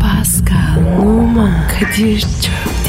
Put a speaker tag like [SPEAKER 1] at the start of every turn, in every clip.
[SPEAKER 1] Pascal, Oman, Kadir çok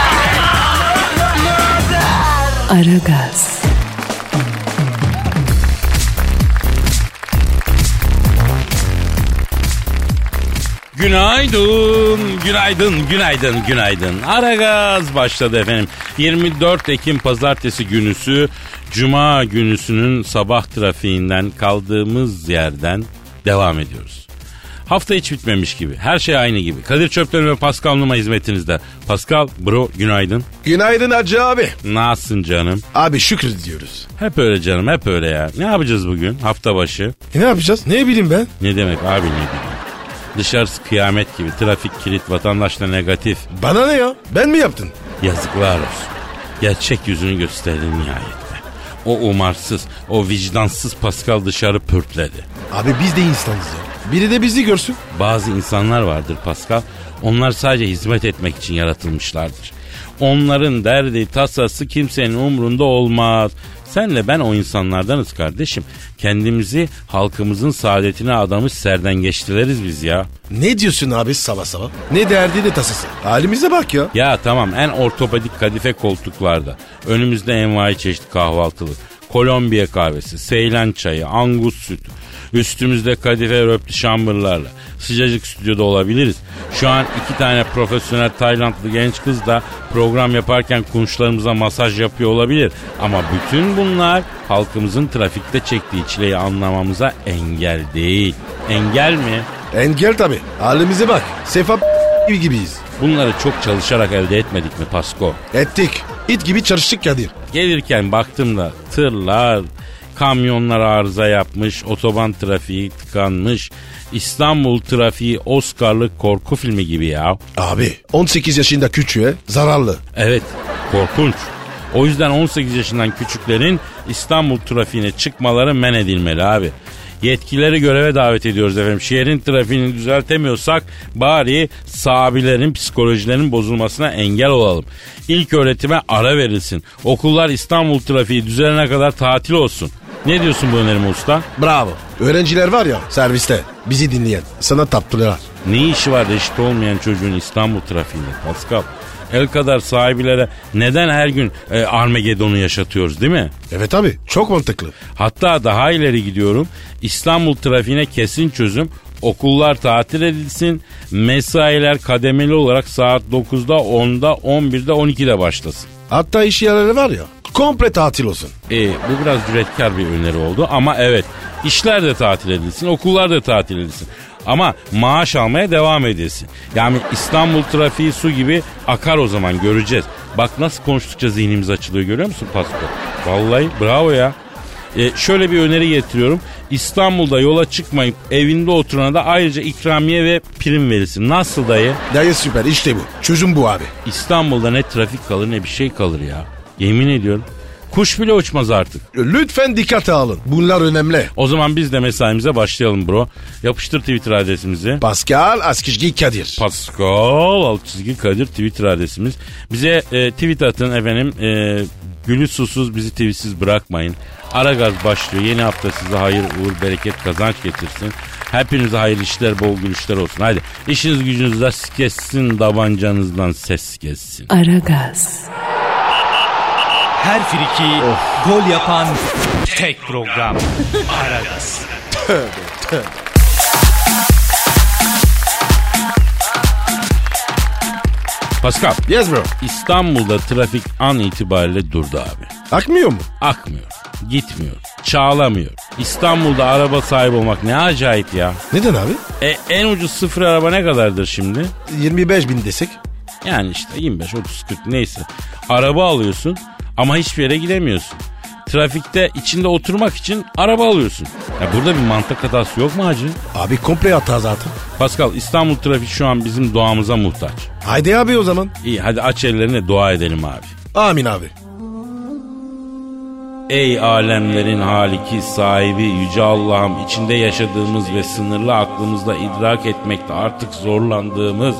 [SPEAKER 1] Aragaz,
[SPEAKER 2] Günaydın, günaydın, günaydın, günaydın. Aragaz başladı efendim. 24 Ekim Pazartesi günüsü, Cuma günüsünün sabah trafiğinden kaldığımız yerden devam ediyoruz. Hafta hiç bitmemiş gibi, her şey aynı gibi. Kadir Çöpten ve Pascal Numa hizmetinizde. Pascal, bro günaydın.
[SPEAKER 3] Günaydın Hacı abi.
[SPEAKER 2] Nasılsın canım?
[SPEAKER 3] Abi şükür diyoruz.
[SPEAKER 2] Hep öyle canım, hep öyle ya. Ne yapacağız bugün hafta başı?
[SPEAKER 3] E ne yapacağız? Ne bileyim ben?
[SPEAKER 2] Ne demek abi ne bileyim. Dışarısı kıyamet gibi, trafik kilit, vatandaşla negatif.
[SPEAKER 3] Bana ne ya? Ben mi yaptın?
[SPEAKER 2] Yazıklar olsun. Gerçek yüzünü gösterdi nihayette. O umarsız, o vicdansız Pascal dışarı pörtledi.
[SPEAKER 3] Abi biz de insanız ya. Biri de bizi görsün.
[SPEAKER 2] Bazı insanlar vardır Pascal. Onlar sadece hizmet etmek için yaratılmışlardır. Onların derdi, tasası kimsenin umrunda olmaz. Senle ben o insanlardanız kardeşim. Kendimizi halkımızın saadetine adamış serdengeçtileriz biz ya.
[SPEAKER 3] Ne diyorsun abi sabah sabah? Ne derdi de tasası. Halimize bak ya.
[SPEAKER 2] Ya tamam en ortopedik kadife koltuklarda. Önümüzde envai çeşit kahvaltılık. Kolombiya kahvesi, Seylan çayı, Angus sütü. Üstümüzde kadife röptü şambırlarla. Sıcacık stüdyoda olabiliriz. Şu an iki tane profesyonel Taylandlı genç kız da program yaparken kunçlarımıza masaj yapıyor olabilir. Ama bütün bunlar halkımızın trafikte çektiği çileyi anlamamıza engel değil. Engel mi?
[SPEAKER 3] Engel tabi. Halimize bak. Sefa gibi gibiyiz.
[SPEAKER 2] Bunları çok çalışarak elde etmedik mi Pasko?
[SPEAKER 3] Ettik. İt gibi çalıştık Kadir.
[SPEAKER 2] Gelirken baktım da tırlar, kamyonlar arıza yapmış, otoban trafiği tıkanmış. İstanbul trafiği Oscar'lık korku filmi gibi ya.
[SPEAKER 3] Abi 18 yaşında küçüğe zararlı.
[SPEAKER 2] Evet, korkunç. O yüzden 18 yaşından küçüklerin İstanbul trafiğine çıkmaları men edilmeli abi. Yetkileri göreve davet ediyoruz efendim. Şehrin trafiğini düzeltemiyorsak bari sahabilerin psikolojilerinin bozulmasına engel olalım. İlk öğretime ara verilsin. Okullar İstanbul trafiği düzelene kadar tatil olsun. Ne diyorsun bu önerime usta?
[SPEAKER 3] Bravo. Öğrenciler var ya serviste bizi dinleyen sana taptılar.
[SPEAKER 2] Ne işi var reşit olmayan çocuğun İstanbul trafiğinde Pascal? El kadar sahibilere neden her gün e, Armageddon'u yaşatıyoruz değil mi?
[SPEAKER 3] Evet abi çok mantıklı.
[SPEAKER 2] Hatta daha ileri gidiyorum. İstanbul trafiğine kesin çözüm. Okullar tatil edilsin. Mesailer kademeli olarak saat 9'da, 10'da, 11'de, 12'de başlasın.
[SPEAKER 3] Hatta iş yerleri var ya komple tatil olsun.
[SPEAKER 2] E, bu biraz cüretkar bir öneri oldu ama evet işler de tatil edilsin, okullar da tatil edilsin. Ama maaş almaya devam edilsin. Yani İstanbul trafiği su gibi akar o zaman göreceğiz. Bak nasıl konuştukça zihnimiz açılıyor görüyor musun Pasko? Vallahi bravo ya. E, şöyle bir öneri getiriyorum. İstanbul'da yola çıkmayıp evinde oturana da ayrıca ikramiye ve prim verilsin. Nasıl dayı?
[SPEAKER 3] Dayı süper işte bu. Çözüm bu abi.
[SPEAKER 2] İstanbul'da ne trafik kalır ne bir şey kalır ya. Yemin ediyorum. Kuş bile uçmaz artık.
[SPEAKER 3] Lütfen dikkate alın. Bunlar önemli.
[SPEAKER 2] O zaman biz de mesaimize başlayalım bro. Yapıştır Twitter adresimizi.
[SPEAKER 3] Pascal Askizgi Kadir.
[SPEAKER 2] Pascal alt çizgi Kadir Twitter adresimiz. Bize e, tweet atın efendim. E, gülü susuz bizi tweetsiz bırakmayın. Aragaz başlıyor. Yeni hafta size hayır, uğur, bereket, kazanç getirsin. Hepinize hayırlı işler, bol gülüşler olsun. Hadi işiniz gücünüz ses kessin, davancanızdan ses kessin.
[SPEAKER 1] Aragaz,
[SPEAKER 4] Her friki gol yapan tek program. Aragaz.
[SPEAKER 2] Pascal,
[SPEAKER 3] Yes bro.
[SPEAKER 2] İstanbul'da trafik an itibariyle durdu abi.
[SPEAKER 3] Akmıyor mu?
[SPEAKER 2] akmıyor, gitmiyor, çağlamıyor. İstanbul'da araba sahibi olmak ne acayip ya.
[SPEAKER 3] Neden abi?
[SPEAKER 2] E, en ucuz sıfır araba ne kadardır şimdi?
[SPEAKER 3] 25 bin desek.
[SPEAKER 2] Yani işte 25, 30, 40 neyse. Araba alıyorsun ama hiçbir yere gidemiyorsun. Trafikte içinde oturmak için araba alıyorsun. Ya burada bir mantık hatası yok mu hacı?
[SPEAKER 3] Abi komple hata zaten.
[SPEAKER 2] Pascal İstanbul trafiği şu an bizim doğamıza muhtaç.
[SPEAKER 3] Haydi abi o zaman.
[SPEAKER 2] İyi hadi aç ellerini dua edelim abi.
[SPEAKER 3] Amin abi.
[SPEAKER 2] Ey alemlerin haliki, sahibi, yüce Allah'ım içinde yaşadığımız ve sınırlı aklımızla idrak etmekte artık zorlandığımız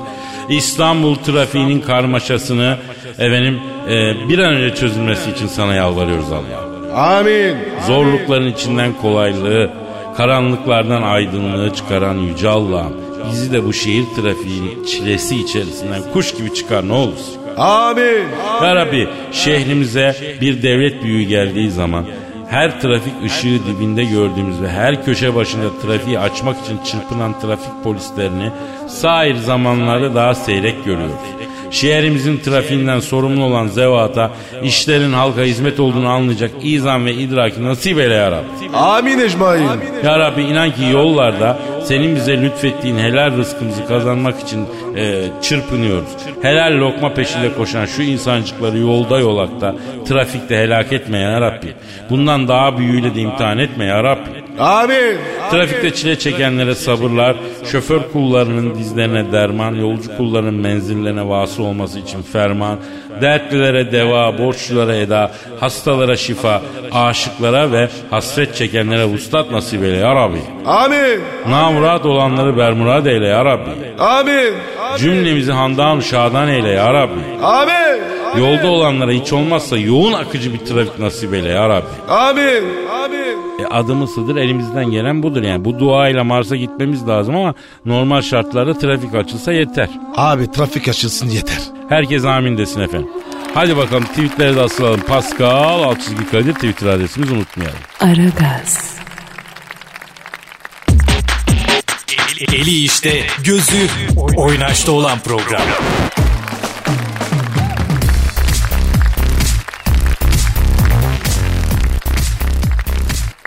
[SPEAKER 2] İstanbul trafiğinin karmaşasını efendim e, bir an önce çözülmesi için sana yalvarıyoruz Allah'ım.
[SPEAKER 3] Amin.
[SPEAKER 2] Zorlukların içinden kolaylığı, karanlıklardan aydınlığı çıkaran yüce Allah'ım bizi de bu şehir trafiğinin çilesi içerisinden kuş gibi çıkar ne olursun.
[SPEAKER 3] Amin.
[SPEAKER 2] Ya Rabbi şehrimize bir devlet büyüğü geldiği zaman her trafik ışığı dibinde gördüğümüz ve her köşe başında trafiği açmak için çırpınan trafik polislerini sair zamanları daha seyrek görüyoruz. Şehrimizin trafiğinden sorumlu olan zevata işlerin halka hizmet olduğunu anlayacak izan ve idraki nasip eyle ya Rabbi.
[SPEAKER 3] Amin Ecmail.
[SPEAKER 2] Ya Rabbi inan ki yollarda senin bize lütfettiğin helal rızkımızı kazanmak için e, çırpınıyoruz. Helal lokma peşinde koşan şu insancıkları yolda yolakta, trafikte helak etme ya Rabbi. Bundan daha büyüğüyle de imtihan etme ya Rabbi.
[SPEAKER 3] Amin.
[SPEAKER 2] Trafikte çile çekenlere sabırlar, şoför kullarının dizlerine derman, yolcu kullarının menzillerine vasıl olması için ferman, dertlilere deva, borçlulara eda, hastalara şifa, aşıklara ve hasret çekenlere vuslat nasip eyle ya Rabbi.
[SPEAKER 3] Amin.
[SPEAKER 2] Namurat olanları bermurat eyle ya Rabbi.
[SPEAKER 3] Amin.
[SPEAKER 2] Cümlemizi handan şadan eyle ya Rabbi.
[SPEAKER 3] Amin.
[SPEAKER 2] Yolda olanlara hiç olmazsa yoğun akıcı bir trafik nasip eyle ya Rabbi.
[SPEAKER 3] Amin. Amin.
[SPEAKER 2] E, adımısıdır elimizden gelen budur yani. Bu duayla Mars'a gitmemiz lazım ama normal şartlarda trafik açılsa yeter.
[SPEAKER 3] Abi trafik açılsın yeter.
[SPEAKER 2] Herkes amin desin efendim. Hadi bakalım tweetlere de asılalım. Pascal Altçizgi Kadir Twitter adresimizi unutmayalım.
[SPEAKER 1] Aragaz,
[SPEAKER 4] Eli, eli işte, gözü oynaşta olan program.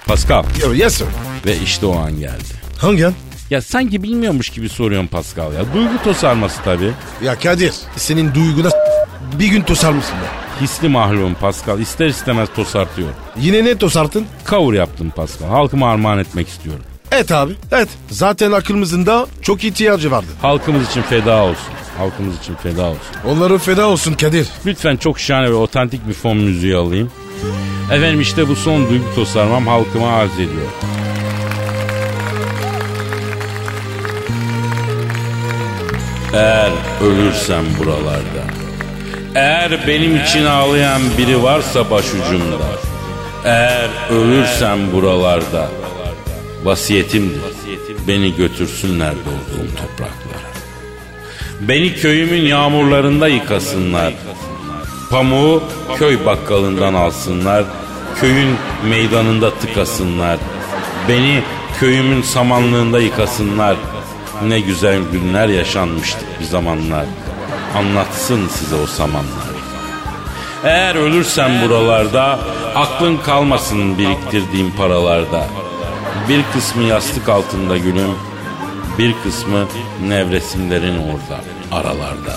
[SPEAKER 2] Pascal
[SPEAKER 3] Yo, yes sir.
[SPEAKER 2] ve işte o an geldi.
[SPEAKER 3] Hangi an?
[SPEAKER 2] Ya sanki bilmiyormuş gibi soruyorum Pascal ya. Duygu tosarması tabii.
[SPEAKER 3] Ya Kadir senin duyguna s- bir gün tosarmışsın be.
[SPEAKER 2] Hisli mahlum Pascal. ister istemez tosartıyor.
[SPEAKER 3] Yine ne tosartın?
[SPEAKER 2] Kavur yaptım Pascal. Halkıma armağan etmek istiyorum.
[SPEAKER 3] Et abi et. Zaten akılımızın da çok ihtiyacı vardı.
[SPEAKER 2] Halkımız için feda olsun. Halkımız için feda olsun.
[SPEAKER 3] Onların feda olsun Kadir.
[SPEAKER 2] Lütfen çok şahane ve otantik bir fon müziği alayım. Efendim işte bu son duygu tosarmam halkıma arz ediyor. Eğer ölürsem buralarda, eğer benim için ağlayan biri varsa başucumda, eğer ölürsem buralarda, vasiyetimdir. Beni götürsünler doğduğum topraklara. Beni köyümün yağmurlarında yıkasınlar. Pamuğu köy bakkalından alsınlar. Köyün meydanında tıkasınlar. Beni köyümün samanlığında yıkasınlar. Ne güzel günler yaşanmıştık bir zamanlar. Anlatsın size o samanlar. Eğer ölürsem buralarda aklın kalmasın biriktirdiğim paralarda. Bir kısmı yastık altında gülüm, bir kısmı nevresimlerin orada, aralarda.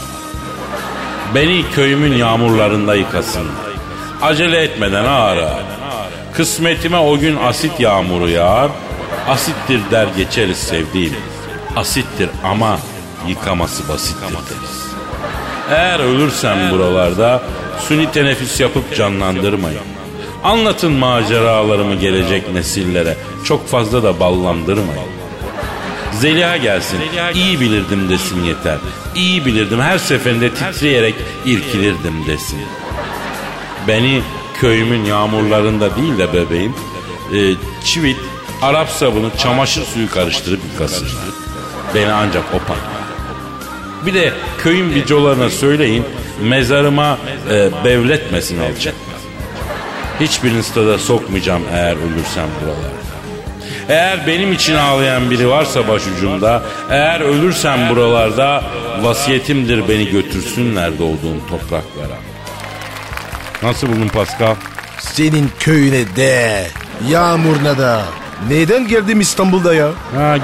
[SPEAKER 2] Beni köyümün yağmurlarında yıkasın. Acele etmeden ağara. Kısmetime o gün asit yağmuru yağar. Asittir der geçeriz sevdiğim. Asittir ama yıkaması basittir deriz. Eğer ölürsem buralarda suni teneffüs yapıp canlandırmayın. Anlatın maceralarımı gelecek nesillere. Çok fazla da ballandırmayın. Zeliha gelsin. İyi bilirdim desin yeter. İyi bilirdim her seferinde titreyerek irkilirdim desin. Beni köyümün yağmurlarında değil de bebeğim e, çivit, Arap sabunu, çamaşır suyu karıştırıp yıkasın. Beni ancak o patlar. Bir de köyün vicolarına söyleyin mezarıma e, bevletmesin alçak. Hiçbirini stada sokmayacağım eğer ölürsem buralarda. Eğer benim için ağlayan biri varsa başucumda, eğer ölürsem buralarda vasiyetimdir beni götürsünler doğduğum topraklara. Nasıl buldun Pascal?
[SPEAKER 3] Senin köyüne de yağmuruna da. Neden geldim İstanbul'da ya?
[SPEAKER 2] Ha,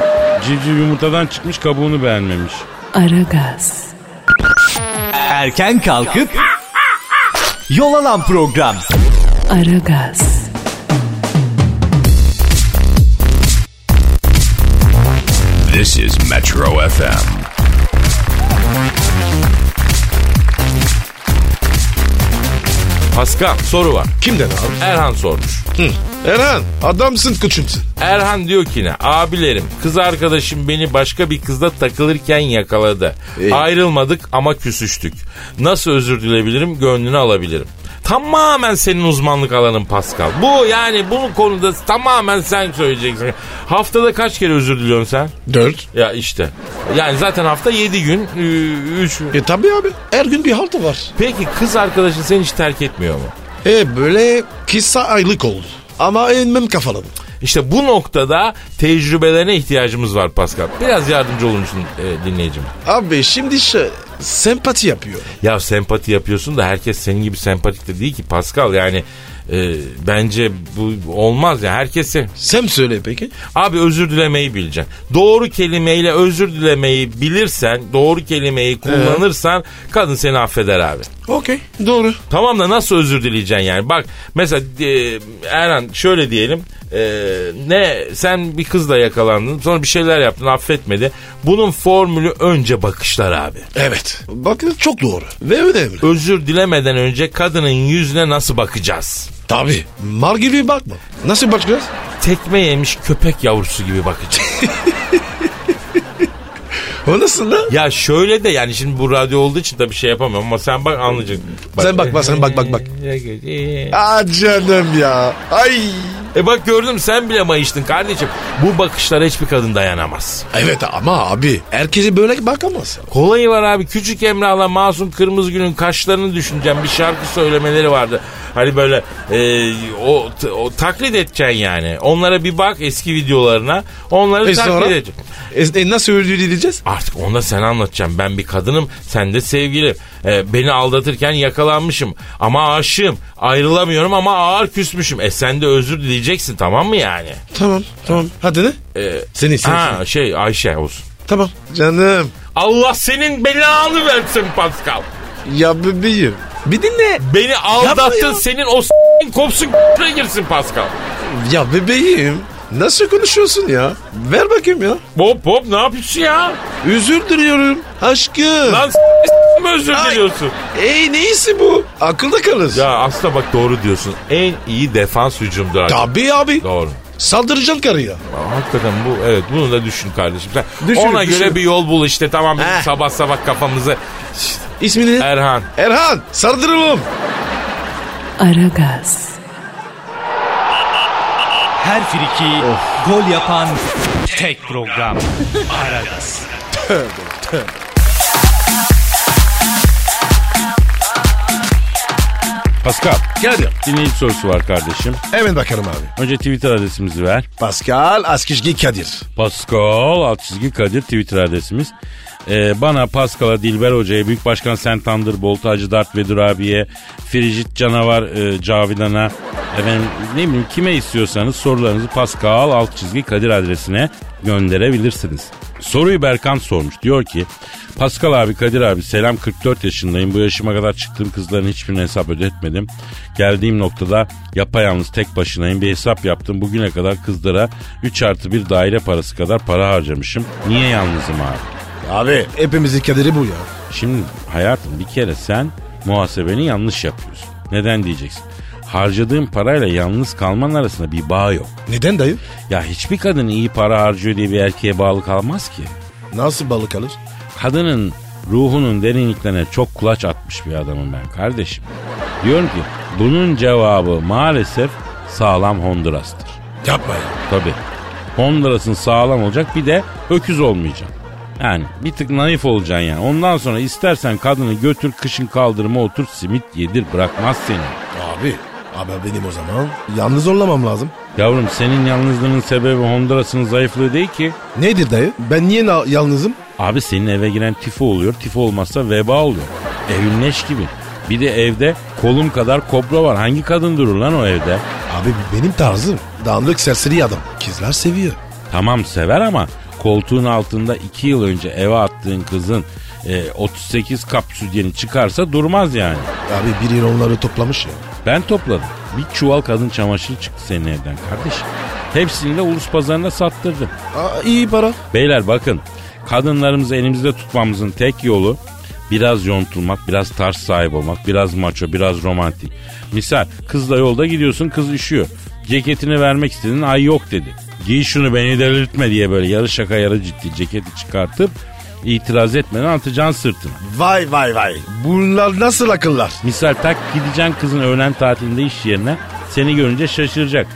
[SPEAKER 2] civciv yumurtadan çıkmış kabuğunu beğenmemiş.
[SPEAKER 1] Aragaz,
[SPEAKER 4] Erken kalkıp yol alan program.
[SPEAKER 1] Aragaz,
[SPEAKER 5] This is Metro FM.
[SPEAKER 2] Pascal soru var.
[SPEAKER 3] Kimden abi?
[SPEAKER 2] Erhan sormuş.
[SPEAKER 3] Erhan adamsın koçumsun.
[SPEAKER 2] Erhan diyor ki ne? Abilerim kız arkadaşım beni başka bir kızla takılırken yakaladı.
[SPEAKER 3] İyi.
[SPEAKER 2] Ayrılmadık ama küsüştük. Nasıl özür dilebilirim gönlünü alabilirim. Tamamen senin uzmanlık alanın Pascal. Bu yani bu konuda tamamen sen söyleyeceksin. Haftada kaç kere özür diliyorsun sen?
[SPEAKER 3] Dört.
[SPEAKER 2] Ya işte. Yani zaten hafta 7 gün 3
[SPEAKER 3] E tabi abi her gün bir haltı var.
[SPEAKER 2] Peki kız arkadaşın seni hiç terk etmiyor mu?
[SPEAKER 3] E böyle kısa aylık oldu. Ama enmem kafalı.
[SPEAKER 2] İşte bu noktada tecrübelerine ihtiyacımız var Pascal. Biraz yardımcı olun şun, e, dinleyicim.
[SPEAKER 3] Abi şimdi şey, sempati yapıyor.
[SPEAKER 2] Ya sempati yapıyorsun da herkes senin gibi sempatik de değil ki Pascal. Yani e, bence bu olmaz ya. Herkesi
[SPEAKER 3] Sen söyle peki.
[SPEAKER 2] Abi özür dilemeyi bileceksin. Doğru kelimeyle özür dilemeyi bilirsen, doğru kelimeyi kullanırsan kadın seni affeder abi.
[SPEAKER 3] Okey doğru.
[SPEAKER 2] Tamam da nasıl özür dileyeceksin yani? Bak mesela e, Erhan şöyle diyelim. e, ne sen bir kızla yakalandın sonra bir şeyler yaptın affetmedi. Bunun formülü önce bakışlar abi.
[SPEAKER 3] Evet. Bakın çok doğru ve önemli.
[SPEAKER 2] Özür dilemeden önce kadının yüzüne nasıl bakacağız?
[SPEAKER 3] Tabi. Mar gibi bakma. Nasıl bakacağız?
[SPEAKER 2] Tekme yemiş köpek yavrusu gibi bakacağız.
[SPEAKER 3] O nasıl lan?
[SPEAKER 2] ya şöyle de yani şimdi bu radyo olduğu için tabii şey yapamıyorum ama sen bak anlayacaksın.
[SPEAKER 3] Sen bakma, sen bak, bak, bak. Aa canım ya. Ay.
[SPEAKER 2] E bak gördüm sen bile mayıştın kardeşim. Bu bakışlara hiçbir kadın dayanamaz.
[SPEAKER 3] Evet ama abi herkese böyle bakamaz.
[SPEAKER 2] Kolayı var abi. Küçük Emrah'la Masum Kırmızıgül'ün kaşlarını düşüneceğim. Bir şarkı söylemeleri vardı. Hani böyle e, o, t- o taklit edeceksin yani. Onlara bir bak eski videolarına. Onları
[SPEAKER 3] E
[SPEAKER 2] taklit
[SPEAKER 3] sonra?
[SPEAKER 2] edeceksin.
[SPEAKER 3] E, e, nasıl özür dileyeceğiz?
[SPEAKER 2] Artık onda sen anlatacaksın. Ben bir kadınım, sen de sevgili. E, beni aldatırken yakalanmışım. Ama aşığım. Ayrılamıyorum ama ağır küsmüşüm. E sen de özür dileyeceksin tamam mı yani?
[SPEAKER 3] Tamam tamam. Hadi ne?
[SPEAKER 2] E,
[SPEAKER 3] Seni seni.
[SPEAKER 2] ha şey Ayşe olsun.
[SPEAKER 3] Tamam. Canım.
[SPEAKER 2] Allah senin belanı versin Pascal.
[SPEAKER 3] Ya bebeğim. Bir dinle.
[SPEAKER 2] Beni aldattın
[SPEAKER 3] ya.
[SPEAKER 2] senin o s**in kopsun k***e girsin Pascal.
[SPEAKER 3] Ya bebeğim. Nasıl konuşuyorsun ya? Ver bakayım ya.
[SPEAKER 2] Hop hop ne yapıyorsun ya?
[SPEAKER 3] Özür diliyorum. Aşkım.
[SPEAKER 2] Lan s**in mi özür
[SPEAKER 3] Ay.
[SPEAKER 2] diliyorsun?
[SPEAKER 3] Ey neyisi bu? Akılda kalır.
[SPEAKER 2] Ya aslında bak doğru diyorsun. En iyi defans hücumdur abi.
[SPEAKER 3] Tabii abi.
[SPEAKER 2] Doğru.
[SPEAKER 3] Saldıracaksın karıya.
[SPEAKER 2] Hakikaten bu evet bunu da düşün kardeşim. Sen
[SPEAKER 3] Düşünürüm,
[SPEAKER 2] ona göre
[SPEAKER 3] düşünürüm.
[SPEAKER 2] bir yol bul işte tamam bizim
[SPEAKER 3] Heh.
[SPEAKER 2] sabah sabah kafamızı
[SPEAKER 3] İsmini ne?
[SPEAKER 2] Erhan.
[SPEAKER 3] Erhan. Sardıralım.
[SPEAKER 1] Aragaz,
[SPEAKER 4] Her friki gol yapan tek program. Aragaz.
[SPEAKER 2] Pascal
[SPEAKER 3] Geldim.
[SPEAKER 2] dinleyici sorusu var kardeşim.
[SPEAKER 3] Hemen bakalım abi.
[SPEAKER 2] Önce Twitter adresimizi ver.
[SPEAKER 3] Pascal Askizgi Kadir.
[SPEAKER 2] Pascal alt çizgi Kadir Twitter adresimiz. Ee, bana Pascal'a Dilber Hoca'ya, Büyük Başkan Sen Thunderbolt, Hacı Dert Vedir abiye, Frigit Canavar e, Cavidan'a, efendim ne bileyim kime istiyorsanız sorularınızı Pascal alt çizgi Kadir adresine gönderebilirsiniz. Soruyu Berkan sormuş. Diyor ki Pascal abi Kadir abi selam 44 yaşındayım. Bu yaşıma kadar çıktığım kızların hiçbirine hesap ödetmedim. Geldiğim noktada yapayalnız tek başınayım. Bir hesap yaptım. Bugüne kadar kızlara 3 artı bir daire parası kadar para harcamışım. Niye yalnızım abi?
[SPEAKER 3] Abi. Hepimizin kaderi bu ya.
[SPEAKER 2] Şimdi hayatım bir kere sen muhasebeni yanlış yapıyorsun. Neden diyeceksin? Harcadığın parayla yalnız kalman arasında bir bağ yok.
[SPEAKER 3] Neden dayı?
[SPEAKER 2] Ya hiçbir kadın iyi para harcıyor diye bir erkeğe bağlı kalmaz ki.
[SPEAKER 3] Nasıl balık alır?
[SPEAKER 2] kadının ruhunun derinliklerine çok kulaç atmış bir adamım ben kardeşim. Diyorum ki bunun cevabı maalesef sağlam Honduras'tır.
[SPEAKER 3] Yapma ya.
[SPEAKER 2] Tabi. Honduras'ın sağlam olacak bir de öküz olmayacaksın. Yani bir tık naif olacaksın yani. Ondan sonra istersen kadını götür kışın kaldırıma otur simit yedir bırakmaz seni.
[SPEAKER 3] Abi. Abi benim o zaman. Yalnız olmamam lazım.
[SPEAKER 2] Yavrum senin yalnızlığının sebebi Honduras'ın zayıflığı değil ki.
[SPEAKER 3] Nedir dayı? Ben niye na- yalnızım?
[SPEAKER 2] Abi senin eve giren tifo oluyor. Tifo olmazsa veba oluyor. Evin leş gibi. Bir de evde kolum kadar kobra var. Hangi kadın durur lan o evde?
[SPEAKER 3] Abi benim tarzım. Dağınlık serseri adam. Kızlar seviyor.
[SPEAKER 2] Tamam sever ama koltuğun altında iki yıl önce eve attığın kızın e, 38 kap sütyeni çıkarsa durmaz yani.
[SPEAKER 3] Abi biri onları toplamış ya.
[SPEAKER 2] Ben topladım. Bir çuval kadın çamaşırı çıktı senin evden kardeşim. Hepsini de ulus pazarına sattırdım.
[SPEAKER 3] Aa, iyi para.
[SPEAKER 2] Beyler bakın kadınlarımızı elimizde tutmamızın tek yolu biraz yontulmak, biraz tarz sahibi olmak, biraz maço, biraz romantik. Misal kızla yolda gidiyorsun kız üşüyor. Ceketini vermek istedin ay yok dedi. Giy şunu beni delirtme diye böyle yarı şaka yarı ciddi ceketi çıkartıp itiraz etmeden atacaksın sırtına.
[SPEAKER 3] Vay vay vay. Bunlar nasıl akıllar?
[SPEAKER 2] Misal tak gideceksin kızın öğlen tatilinde iş yerine seni görünce şaşıracak.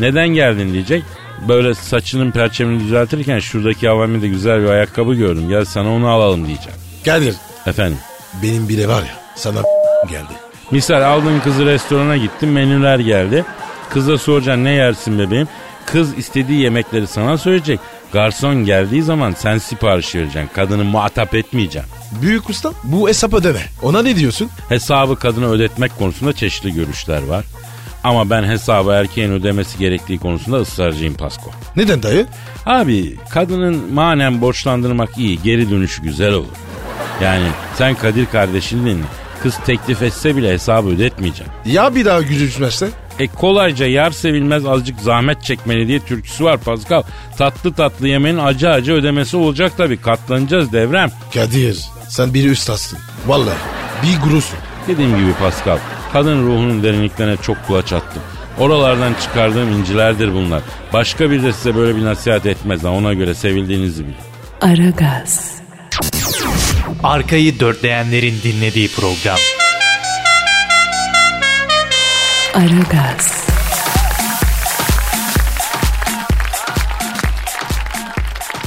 [SPEAKER 2] Neden geldin diyecek. Böyle saçının perçemini düzeltirken şuradaki avamide güzel bir ayakkabı gördüm. Gel sana onu alalım diyecek.
[SPEAKER 3] Kadir
[SPEAKER 2] Efendim.
[SPEAKER 3] benim biri var ya sana geldi.
[SPEAKER 2] Misal aldığın kızı restorana gittin menüler geldi. Kıza soracaksın ne yersin bebeğim. Kız istediği yemekleri sana söyleyecek. Garson geldiği zaman sen sipariş vereceksin. Kadını muhatap etmeyeceksin.
[SPEAKER 3] Büyük usta bu hesap ödeme. Ona ne diyorsun?
[SPEAKER 2] Hesabı kadına ödetmek konusunda çeşitli görüşler var. Ama ben hesabı erkeğin ödemesi gerektiği konusunda ısrarcıyım Pasko.
[SPEAKER 3] Neden dayı?
[SPEAKER 2] Abi kadının manen borçlandırmak iyi, geri dönüşü güzel olur. Yani sen Kadir kardeşinin kız teklif etse bile hesabı ödetmeyeceksin.
[SPEAKER 3] Ya bir daha gücüşmezse?
[SPEAKER 2] E kolayca yar sevilmez azıcık zahmet çekmeli diye türküsü var Pascal. Tatlı tatlı yemenin acı acı ödemesi olacak tabii katlanacağız devrem.
[SPEAKER 3] Kadir sen bir üstadsın. Vallahi bir gurusun.
[SPEAKER 2] Dediğim gibi Pascal, kadın ruhunun derinliklerine çok kulaç attım. Oralardan çıkardığım incilerdir bunlar. Başka bir de size böyle bir nasihat etmez ha, ona göre sevildiğinizi bilin.
[SPEAKER 1] Aragaz,
[SPEAKER 4] Arkayı dörtleyenlerin dinlediği program.
[SPEAKER 1] Aragaz,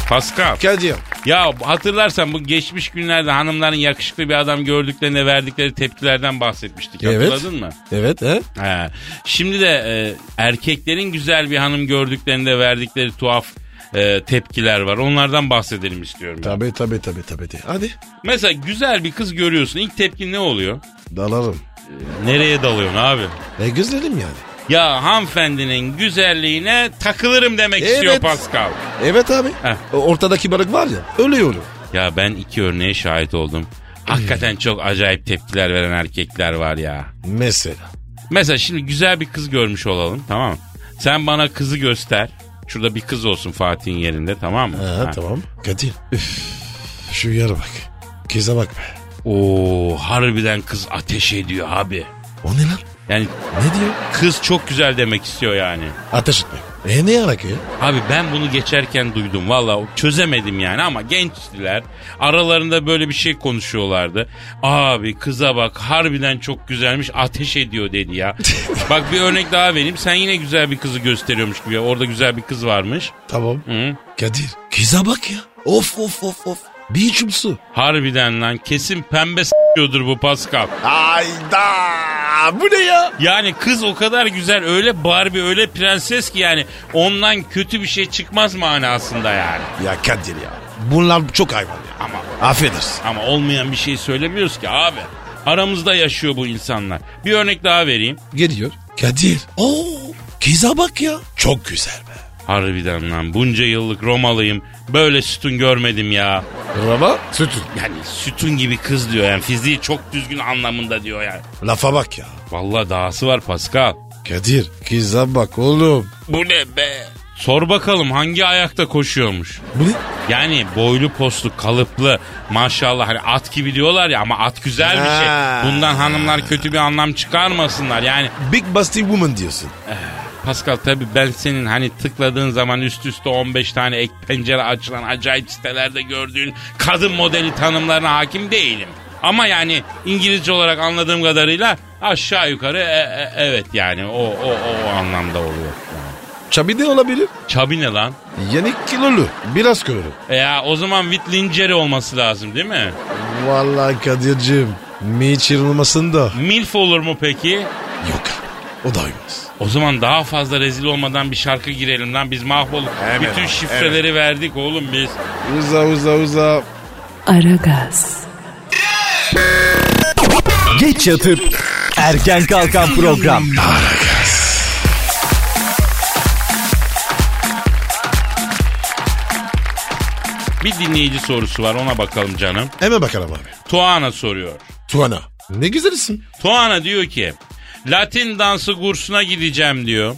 [SPEAKER 2] Pascal.
[SPEAKER 3] Kadir
[SPEAKER 2] Ya hatırlarsan bu geçmiş günlerde hanımların yakışıklı bir adam gördüklerinde verdikleri tepkilerden bahsetmiştik.
[SPEAKER 3] Evet.
[SPEAKER 2] Hatırladın mı?
[SPEAKER 3] Evet he?
[SPEAKER 2] He. Şimdi de e, erkeklerin güzel bir hanım gördüklerinde verdikleri tuhaf e, tepkiler var. Onlardan bahsedelim istiyorum. ben.
[SPEAKER 3] Tabi tabi tabi tabi. Hadi.
[SPEAKER 2] Mesela güzel bir kız görüyorsun. İlk tepki ne oluyor?
[SPEAKER 3] Dalarım.
[SPEAKER 2] Nereye dalıyorsun abi?
[SPEAKER 3] Ne güzelim E, yani.
[SPEAKER 2] Ya hanımefendinin güzelliğine takılırım demek
[SPEAKER 3] Evet.
[SPEAKER 2] istiyor Pascal.
[SPEAKER 3] Evet abi.
[SPEAKER 2] Heh.
[SPEAKER 3] O Ortadaki balık var ya öyle yolu.
[SPEAKER 2] Ya ben iki örneğe şahit oldum. Hakikaten çok acayip tepkiler veren erkekler var ya.
[SPEAKER 3] Mesela.
[SPEAKER 2] Mesela şimdi güzel bir kız görmüş olalım tamam mı? Sen bana kızı göster. Şurada bir kız olsun Fatih'in yerinde tamam mı?
[SPEAKER 3] Ha,
[SPEAKER 2] Ha.
[SPEAKER 3] tamam. Kadir. Üf. Şu yara bak. Kıza bak be.
[SPEAKER 2] Oo harbiden kız ateş ediyor abi.
[SPEAKER 3] O ne lan?
[SPEAKER 2] Yani
[SPEAKER 3] Ne diyor?
[SPEAKER 2] kız çok güzel demek istiyor yani.
[SPEAKER 3] Ateş etmek. E ne alaka ya?
[SPEAKER 2] Abi ben bunu geçerken duydum. Valla çözemedim yani ama gençtiler. Aralarında böyle bir şey konuşuyorlardı. Abi kıza bak harbiden çok güzelmiş ateş ediyor dedi ya. bak bir örnek daha vereyim. Sen yine güzel bir kızı gösteriyormuş gibi. Orada güzel bir kız varmış.
[SPEAKER 3] Tamam.
[SPEAKER 2] Hı.
[SPEAKER 3] Kadir. Kıza bak ya. Of of of of. Bir içim su.
[SPEAKER 2] Harbiden lan kesin pembe s**yordur bu Pascal.
[SPEAKER 3] Ayda. Bu ne ya?
[SPEAKER 2] Yani kız o kadar güzel öyle Barbie öyle prenses ki yani ondan kötü bir şey çıkmaz manasında yani.
[SPEAKER 3] Ya Kadir ya. Bunlar çok hayvan ya.
[SPEAKER 2] Ama
[SPEAKER 3] Affedersin.
[SPEAKER 2] ama olmayan bir şey söylemiyoruz ki abi. Aramızda yaşıyor bu insanlar. Bir örnek daha vereyim.
[SPEAKER 3] Geliyor. Kadir. Oo. Kıza bak ya. Çok güzel be.
[SPEAKER 2] Harbiden lan bunca yıllık Romalıyım. Böyle sütun görmedim ya.
[SPEAKER 3] Rama sütün.
[SPEAKER 2] Yani sütun gibi kız diyor yani. Fiziği çok düzgün anlamında diyor yani.
[SPEAKER 3] Lafa bak ya.
[SPEAKER 2] Vallahi dahası var Pascal.
[SPEAKER 3] Kadir. Kıza bak oğlum.
[SPEAKER 2] Bu ne be? Sor bakalım hangi ayakta koşuyormuş?
[SPEAKER 3] Bu ne?
[SPEAKER 2] Yani boylu poslu kalıplı maşallah hani at gibi diyorlar ya ama at güzel bir şey.
[SPEAKER 3] Ha.
[SPEAKER 2] Bundan hanımlar kötü bir anlam çıkarmasınlar yani.
[SPEAKER 3] Big Busty Woman diyorsun.
[SPEAKER 2] Pascal tabi ben senin hani tıkladığın zaman üst üste 15 tane ek pencere açılan acayip sitelerde gördüğün kadın modeli tanımlarına hakim değilim. Ama yani İngilizce olarak anladığım kadarıyla aşağı yukarı e- e- evet yani o, o, o anlamda oluyor.
[SPEAKER 3] Çabi de olabilir.
[SPEAKER 2] Çabi ne lan?
[SPEAKER 3] Yani kilolu. Biraz kilolu.
[SPEAKER 2] E ya o zaman Whitlinger'i olması lazım değil mi?
[SPEAKER 3] Vallahi Kadir'cim. Mi çırılmasın da.
[SPEAKER 2] Milf olur mu peki?
[SPEAKER 3] Yok abi. O da olmaz.
[SPEAKER 2] O zaman daha fazla rezil olmadan bir şarkı girelim lan biz mahvolduk. Bütün şifreleri verdik oğlum biz.
[SPEAKER 3] Uza uza uza.
[SPEAKER 1] Aragaz,
[SPEAKER 4] Geç yatıp erken kalkan program.
[SPEAKER 2] Bir dinleyici sorusu var ona bakalım canım.
[SPEAKER 3] Hemen bakalım abi.
[SPEAKER 2] Tuana soruyor.
[SPEAKER 3] Tuana. Ne güzel isim.
[SPEAKER 2] Tuana diyor ki Latin dansı kursuna gideceğim diyor.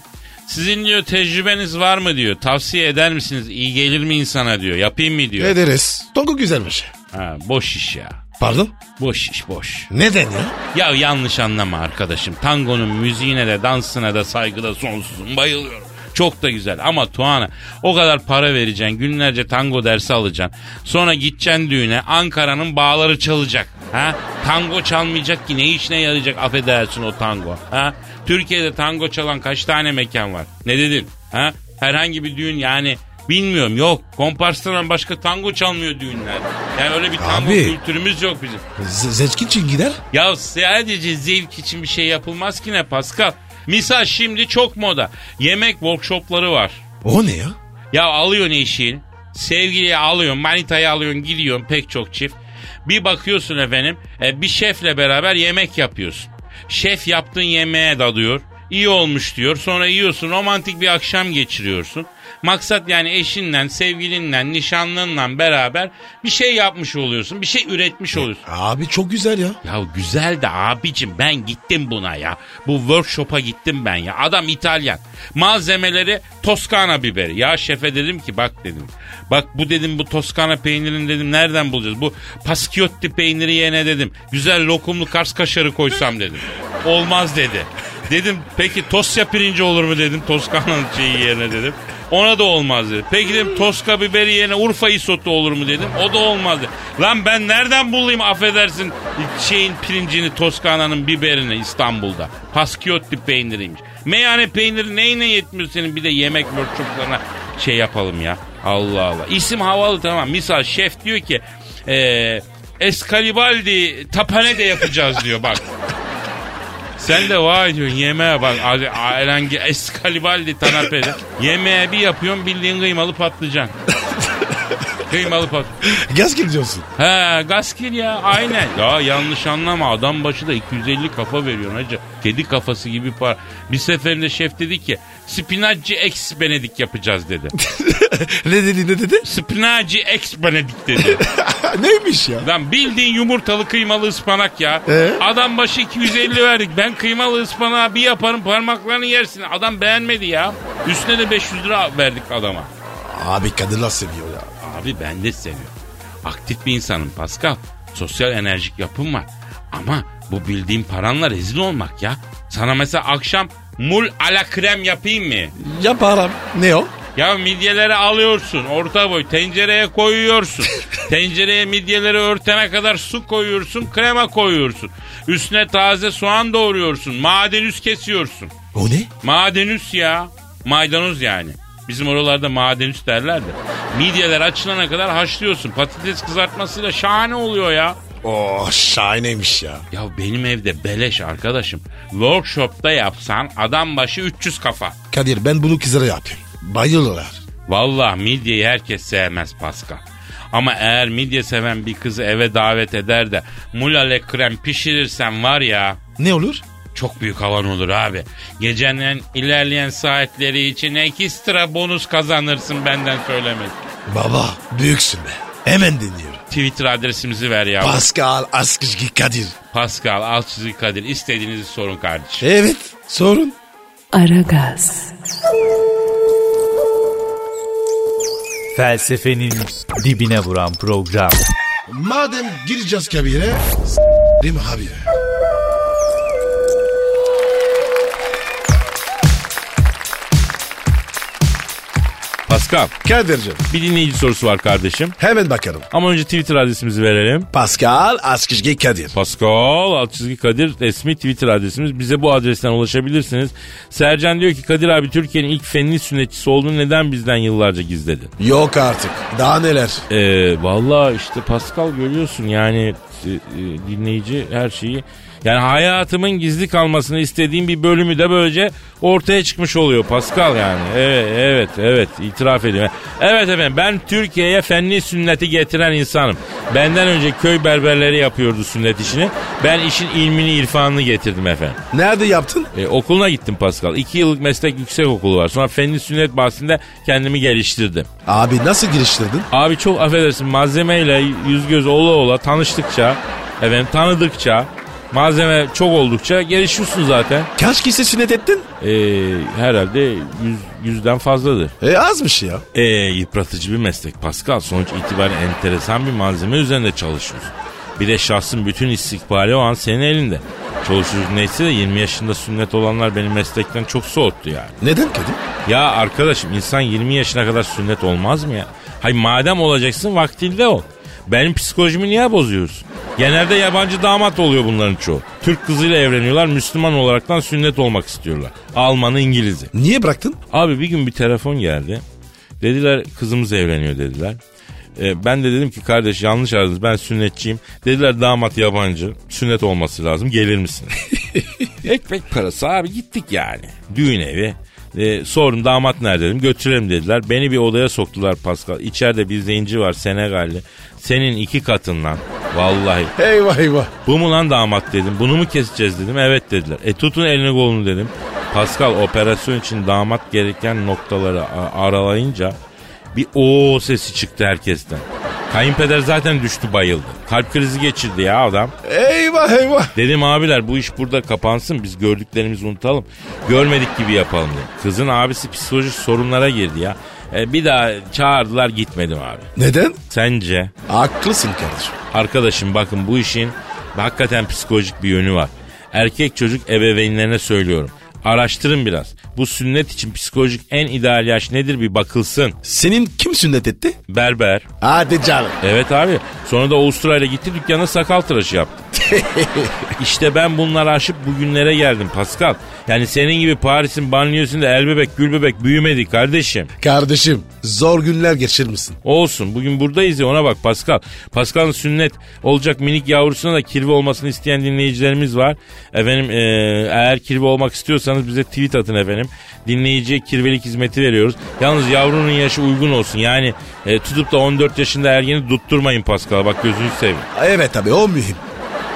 [SPEAKER 2] Sizin diyor tecrübeniz var mı diyor. Tavsiye eder misiniz? İyi gelir mi insana diyor. Yapayım mı diyor.
[SPEAKER 3] Ederiz. Toku güzelmiş.
[SPEAKER 2] Ha, boş iş ya.
[SPEAKER 3] şey. Pardon?
[SPEAKER 2] Boş iş boş.
[SPEAKER 3] Neden ya?
[SPEAKER 2] Ya yanlış anlama arkadaşım. Tangonun müziğine de dansına da saygıda sonsuzum. Bayılıyorum. Çok da güzel ama Tuana o kadar para vereceksin. Günlerce tango dersi alacaksın. Sonra gideceksin düğüne. Ankara'nın bağları çalacak. Ha? Tango çalmayacak ki ne işine yarayacak affedersin o tango. Ha? Türkiye'de tango çalan kaç tane mekan var? Ne dedin? Ha? Herhangi bir düğün yani bilmiyorum yok. Komparslardan başka tango çalmıyor düğünler. Yani öyle bir tango
[SPEAKER 3] Abi.
[SPEAKER 2] kültürümüz yok bizim.
[SPEAKER 3] Z- Zevkin için gider.
[SPEAKER 2] Ya sadece zevk için bir şey yapılmaz ki ne Pascal? Misal şimdi çok moda. Yemek workshopları var.
[SPEAKER 3] O ne ya?
[SPEAKER 2] Ya alıyorsun eşin, sevgiliyi alıyorsun, manitayı alıyorsun, gidiyorsun pek çok çift. Bir bakıyorsun efendim, e, bir şefle beraber yemek yapıyorsun. Şef yaptığın yemeğe dadıyor, iyi olmuş diyor. Sonra yiyorsun, romantik bir akşam geçiriyorsun. Maksat yani eşinle, sevgilinle, nişanlınla beraber bir şey yapmış oluyorsun, bir şey üretmiş oluyorsun.
[SPEAKER 3] Abi çok güzel ya.
[SPEAKER 2] Ya güzel de abicim ben gittim buna ya. Bu workshop'a gittim ben ya. Adam İtalyan. Malzemeleri Toskana biberi. Ya şefe dedim ki bak dedim. Bak bu dedim bu Toskana peynirini dedim nereden bulacağız? Bu Paschiotti peyniri yerine dedim. Güzel lokumlu Kars kaşarı koysam dedim. Olmaz dedi. Dedim peki Tosya pirinci olur mu dedim Toskana'nın şeyi yerine dedim. Ona da olmaz dedi. Peki dedim Toska biberi yerine Urfa isotu olur mu dedim. O da olmaz dedi. Lan ben nereden bulayım affedersin şeyin pirincini Toskana'nın biberini İstanbul'da. Paskiotti peyniriymiş. Meyhane peyniri neyine yetmiyor senin bir de yemek workshoplarına şey yapalım ya. Allah Allah. İsim havalı tamam. Misal şef diyor ki eee Escalibaldi tapane de yapacağız diyor bak. Sen de vay diyorsun yemeğe bak. Hadi Alengi Escalibaldi tanapede. yemeğe bir yapıyorsun bildiğin kıymalı patlıcan. kıymalı pat.
[SPEAKER 3] Gaz gidiyorsun.
[SPEAKER 2] He gaskir ya aynen. Ya yanlış anlama adam başı da 250 kafa veriyorsun hacı. Kedi kafası gibi para. Bir seferinde şef dedi ki spinacci ex benedik yapacağız dedi.
[SPEAKER 3] ne dedi ne dedi?
[SPEAKER 2] spinacci ex benedik dedi.
[SPEAKER 3] Neymiş ya?
[SPEAKER 2] Lan bildiğin yumurtalı kıymalı ıspanak ya.
[SPEAKER 3] Ee?
[SPEAKER 2] Adam başı 250 verdik. Ben kıymalı ıspanağı bir yaparım parmaklarını yersin. Adam beğenmedi ya. Üstüne de 500 lira verdik adama.
[SPEAKER 3] Abi kadınlar seviyor ya.
[SPEAKER 2] Abi ben de seviyorum. Aktif bir insanım Pascal. Sosyal enerjik yapım var. Ama bu bildiğim paranla rezil olmak ya. Sana mesela akşam mul ala krem yapayım mı?
[SPEAKER 3] Yaparım. Ne o?
[SPEAKER 2] Ya midyeleri alıyorsun orta boy tencereye koyuyorsun. tencereye midyeleri örtene kadar su koyuyorsun krema koyuyorsun. Üstüne taze soğan doğruyorsun madenüs kesiyorsun.
[SPEAKER 3] O ne?
[SPEAKER 2] Madenüs ya maydanoz yani. Bizim oralarda madenüs derler de. Midyeler açılana kadar haşlıyorsun. Patates kızartmasıyla şahane oluyor ya.
[SPEAKER 3] Oo şahaneymiş ya.
[SPEAKER 2] Ya benim evde beleş arkadaşım. Workshop'ta yapsan adam başı 300 kafa.
[SPEAKER 3] Kadir ben bunu kızlara yapayım. Bayılırlar.
[SPEAKER 2] Vallahi midyeyi herkes sevmez Pascal. Ama eğer midye seven bir kızı eve davet eder de mulale krem pişirirsen var ya
[SPEAKER 3] Ne olur?
[SPEAKER 2] çok büyük havan olur abi. Gecenin ilerleyen saatleri için ekstra bonus kazanırsın benden söylemez.
[SPEAKER 3] Baba büyüksün be. Hemen dinliyorum.
[SPEAKER 2] Twitter adresimizi ver ya.
[SPEAKER 3] Pascal Askışki Kadir.
[SPEAKER 2] Pascal Alçızı Kadir istediğinizi sorun kardeşim.
[SPEAKER 3] Evet sorun.
[SPEAKER 1] Aragaz,
[SPEAKER 4] Felsefenin dibine vuran program.
[SPEAKER 3] Madem gireceğiz kabire s**rim abi.
[SPEAKER 2] Pascal
[SPEAKER 3] Kadir'cim
[SPEAKER 2] bir dinleyici sorusu var kardeşim.
[SPEAKER 3] hemen bakarım.
[SPEAKER 2] Ama önce Twitter adresimizi verelim.
[SPEAKER 3] Pascal Askışki Kadir.
[SPEAKER 2] Pascal alt çizgi Kadir resmi Twitter adresimiz. Bize bu adresten ulaşabilirsiniz. Sercan diyor ki Kadir abi Türkiye'nin ilk fenli sünnetçisi olduğunu neden bizden yıllarca gizledin?
[SPEAKER 3] Yok artık. Daha neler?
[SPEAKER 2] Ee, Valla işte Pascal görüyorsun yani e, e, dinleyici her şeyi. Yani hayatımın gizli kalmasını istediğim bir bölümü de böylece ortaya çıkmış oluyor Pascal yani. Evet evet evet itiraf ediyorum. Evet efendim ben Türkiye'ye fenli sünneti getiren insanım. Benden önce köy berberleri yapıyordu sünnet işini. Ben işin ilmini irfanını getirdim efendim.
[SPEAKER 3] Nerede yaptın?
[SPEAKER 2] E, okuluna gittim Pascal. İki yıllık meslek yüksek okulu var. Sonra fenli sünnet bahsinde kendimi geliştirdim.
[SPEAKER 3] Abi nasıl giriştirdin?
[SPEAKER 2] Abi çok affedersin malzemeyle yüz göz ola ola tanıştıkça, efendim tanıdıkça Malzeme çok oldukça gelişiyorsun zaten.
[SPEAKER 3] Kaç kişi sünnet ettin?
[SPEAKER 2] Ee, herhalde yüz, yüzden fazladır.
[SPEAKER 3] E azmış ya.
[SPEAKER 2] Ee, yıpratıcı bir meslek Pascal. Sonuç itibariyle enteresan bir malzeme üzerinde çalışıyorsun. Bir de şahsın bütün istikbali o an senin elinde. Çalışıyorsun neyse de 20 yaşında sünnet olanlar beni meslekten çok soğuttu yani.
[SPEAKER 3] Neden kedi?
[SPEAKER 2] Ya arkadaşım insan 20 yaşına kadar sünnet olmaz mı ya? Hay madem olacaksın vaktinde ol. Benim psikolojimi niye bozuyorsun? Genelde yabancı damat oluyor bunların çoğu. Türk kızıyla evleniyorlar, Müslüman olaraktan sünnet olmak istiyorlar. Almanı, İngiliz'i.
[SPEAKER 3] Niye bıraktın?
[SPEAKER 2] Abi bir gün bir telefon geldi. Dediler kızımız evleniyor dediler. E, ben de dedim ki kardeş yanlış aradınız ben sünnetçiyim. Dediler damat yabancı sünnet olması lazım gelir misin? Ekmek parası abi gittik yani. Düğün evi. E, sordum damat nerede dedim götürelim dediler. Beni bir odaya soktular Pascal. İçeride bir zenci var Senegalli. Senin iki katından. Vallahi.
[SPEAKER 3] Eyvah eyvah.
[SPEAKER 2] Bu mu lan damat dedim. Bunu mu keseceğiz dedim. Evet dediler. E tutun elini kolunu dedim. Pascal operasyon için damat gereken noktaları a- aralayınca bir o sesi çıktı herkesten. Kayınpeder zaten düştü bayıldı. Kalp krizi geçirdi ya adam.
[SPEAKER 3] Eyvah eyvah.
[SPEAKER 2] Dedim abiler bu iş burada kapansın biz gördüklerimizi unutalım. Görmedik gibi yapalım dedim. Kızın abisi psikolojik sorunlara girdi ya. E, bir daha çağırdılar gitmedim abi.
[SPEAKER 3] Neden?
[SPEAKER 2] Sence?
[SPEAKER 3] Haklısın kardeşim.
[SPEAKER 2] Arkadaşım bakın bu işin hakikaten psikolojik bir yönü var. Erkek çocuk ebeveynlerine söylüyorum. Araştırın biraz. Bu sünnet için psikolojik en ideal yaş nedir bir bakılsın.
[SPEAKER 3] Senin kim sünnet etti?
[SPEAKER 2] Berber.
[SPEAKER 3] Hadi canım.
[SPEAKER 2] Evet abi. Sonra da Avustralya gitti dükkana sakal tıraşı yaptı. işte ben bunları aşıp bugünlere geldim Pascal. Yani senin gibi Paris'in banliyosunda el bebek gül bebek büyümedi kardeşim.
[SPEAKER 3] Kardeşim zor günler geçirmişsin.
[SPEAKER 2] Olsun bugün buradayız ya ona bak Pascal. Pascal'ın sünnet olacak minik yavrusuna da kirve olmasını isteyen dinleyicilerimiz var. Efendim e, eğer kirve olmak istiyorsanız bize tweet atın efendim. Dinleyiciye kirvelik hizmeti veriyoruz. Yalnız yavrunun yaşı uygun olsun. Yani e, tutup da 14 yaşında ergeni tutturmayın Pascal. Bak gözünü seveyim.
[SPEAKER 3] Evet tabii o mühim.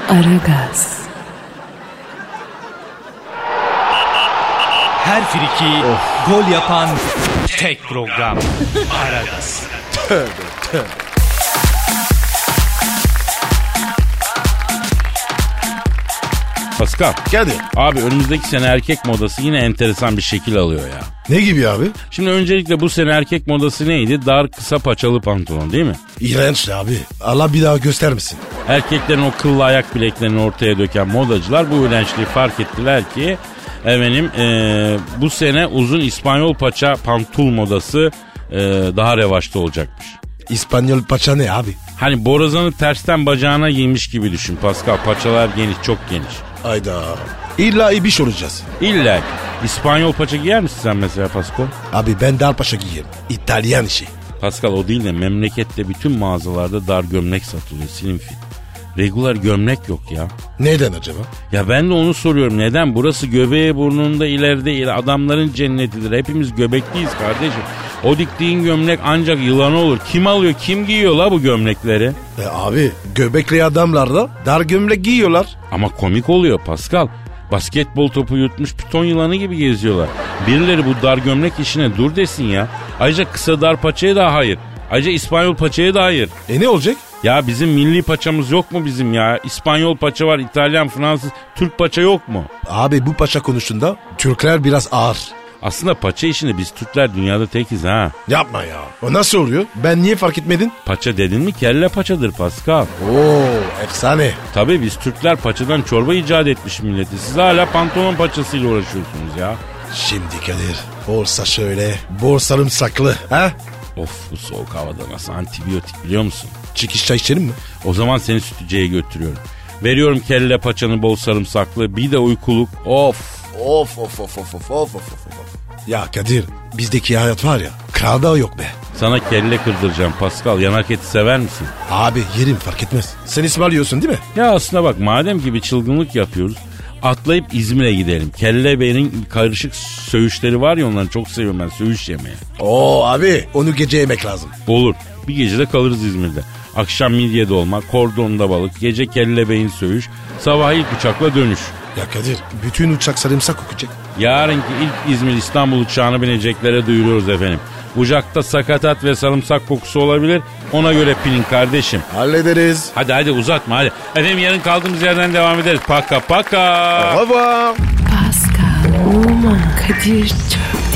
[SPEAKER 1] Aragaz,
[SPEAKER 4] Her friki gol yapan tek program. Aragaz.
[SPEAKER 2] Pascal.
[SPEAKER 3] Kadir.
[SPEAKER 2] Abi önümüzdeki sene erkek modası yine enteresan bir şekil alıyor ya.
[SPEAKER 3] Ne gibi abi?
[SPEAKER 2] Şimdi öncelikle bu sene erkek modası neydi? Dar kısa paçalı pantolon değil mi?
[SPEAKER 3] İğrenç abi. Allah bir daha göstermesin.
[SPEAKER 2] Erkeklerin o kıllı ayak bileklerini ortaya döken modacılar bu iğrençliği fark ettiler ki efendim eee, bu sene uzun İspanyol paça pantul modası eee, daha revaçta olacakmış.
[SPEAKER 3] İspanyol paça ne abi?
[SPEAKER 2] Hani borazanı tersten bacağına giymiş gibi düşün Pascal. Paçalar geniş, çok geniş.
[SPEAKER 3] Ayda. İlla ibiş olacağız.
[SPEAKER 2] İlla ki. İspanyol paça giyer misin sen mesela Pascal?
[SPEAKER 3] Abi ben dar paşa giyeyim. İtalyan işi.
[SPEAKER 2] Pascal o değil de memlekette bütün mağazalarda dar gömlek satılıyor slim fit. Regular gömlek yok ya.
[SPEAKER 3] Neden acaba?
[SPEAKER 2] Ya ben de onu soruyorum. Neden? Burası göbeğe burnunda ileride il- adamların cennetidir. Hepimiz göbekliyiz kardeşim. O diktiğin gömlek ancak yılanı olur. Kim alıyor? Kim giyiyor la bu gömlekleri?
[SPEAKER 3] E abi göbekli adamlar da dar gömlek giyiyorlar.
[SPEAKER 2] Ama komik oluyor Pascal. Basketbol topu yutmuş piton yılanı gibi geziyorlar. Birileri bu dar gömlek işine dur desin ya. Ayrıca kısa dar paçaya da hayır. Ayrıca İspanyol paçaya da hayır.
[SPEAKER 3] E ne olacak?
[SPEAKER 2] Ya bizim milli paçamız yok mu bizim ya? İspanyol paça var, İtalyan, Fransız, Türk paça yok mu?
[SPEAKER 3] Abi bu paça konusunda Türkler biraz ağır.
[SPEAKER 2] Aslında paça işinde biz Türkler dünyada tekiz ha.
[SPEAKER 3] Yapma ya. O nasıl oluyor? Ben niye fark etmedin?
[SPEAKER 2] Paça dedin mi kelle paçadır Pascal.
[SPEAKER 3] Oo efsane.
[SPEAKER 2] Tabii biz Türkler paçadan çorba icat etmiş milleti. Siz hala pantolon paçasıyla uğraşıyorsunuz ya.
[SPEAKER 3] Şimdi Kadir olsa şöyle bol sarımsaklı. Ha?
[SPEAKER 2] Of bu soğuk havada nasıl antibiyotik biliyor musun?
[SPEAKER 3] Çekiş çay içelim mi?
[SPEAKER 2] O zaman seni sütücüye götürüyorum. Veriyorum kelle paçanı bol sarımsaklı bir de uykuluk. Of
[SPEAKER 3] Of of of of of of of Ya Kadir bizdeki hayat var ya kralda yok be.
[SPEAKER 2] sana kelle kırdıracağım Pascal. Yanak eti sever misin?
[SPEAKER 3] Abi yerim fark etmez. Sen ısmarlıyorsun değil mi?
[SPEAKER 2] Ya aslında bak madem gibi çılgınlık yapıyoruz atlayıp İzmir'e gidelim. Kelle beyin karışık söğüşleri var ya onların çok seviyorum ben söğüş yemeği.
[SPEAKER 3] Oo abi onu gece yemek lazım.
[SPEAKER 2] Olur. Bir gecede kalırız İzmir'de. Akşam midye dolma, kordonda balık, gece kelle beyin söğüş, sabah ilk uçakla dönüş.
[SPEAKER 3] Ya Kadir bütün uçak sarımsak kokacak.
[SPEAKER 2] Yarınki ilk İzmir İstanbul uçağına bineceklere duyuruyoruz efendim. Uçakta sakatat ve sarımsak kokusu olabilir. Ona göre pilin kardeşim.
[SPEAKER 3] Hallederiz.
[SPEAKER 2] Hadi hadi uzatma hadi. Efendim yarın kaldığımız yerden devam ederiz. Paka paka.
[SPEAKER 3] Hava.
[SPEAKER 1] Pascal, Oman, Kadir çok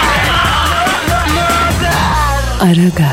[SPEAKER 1] Aragaz.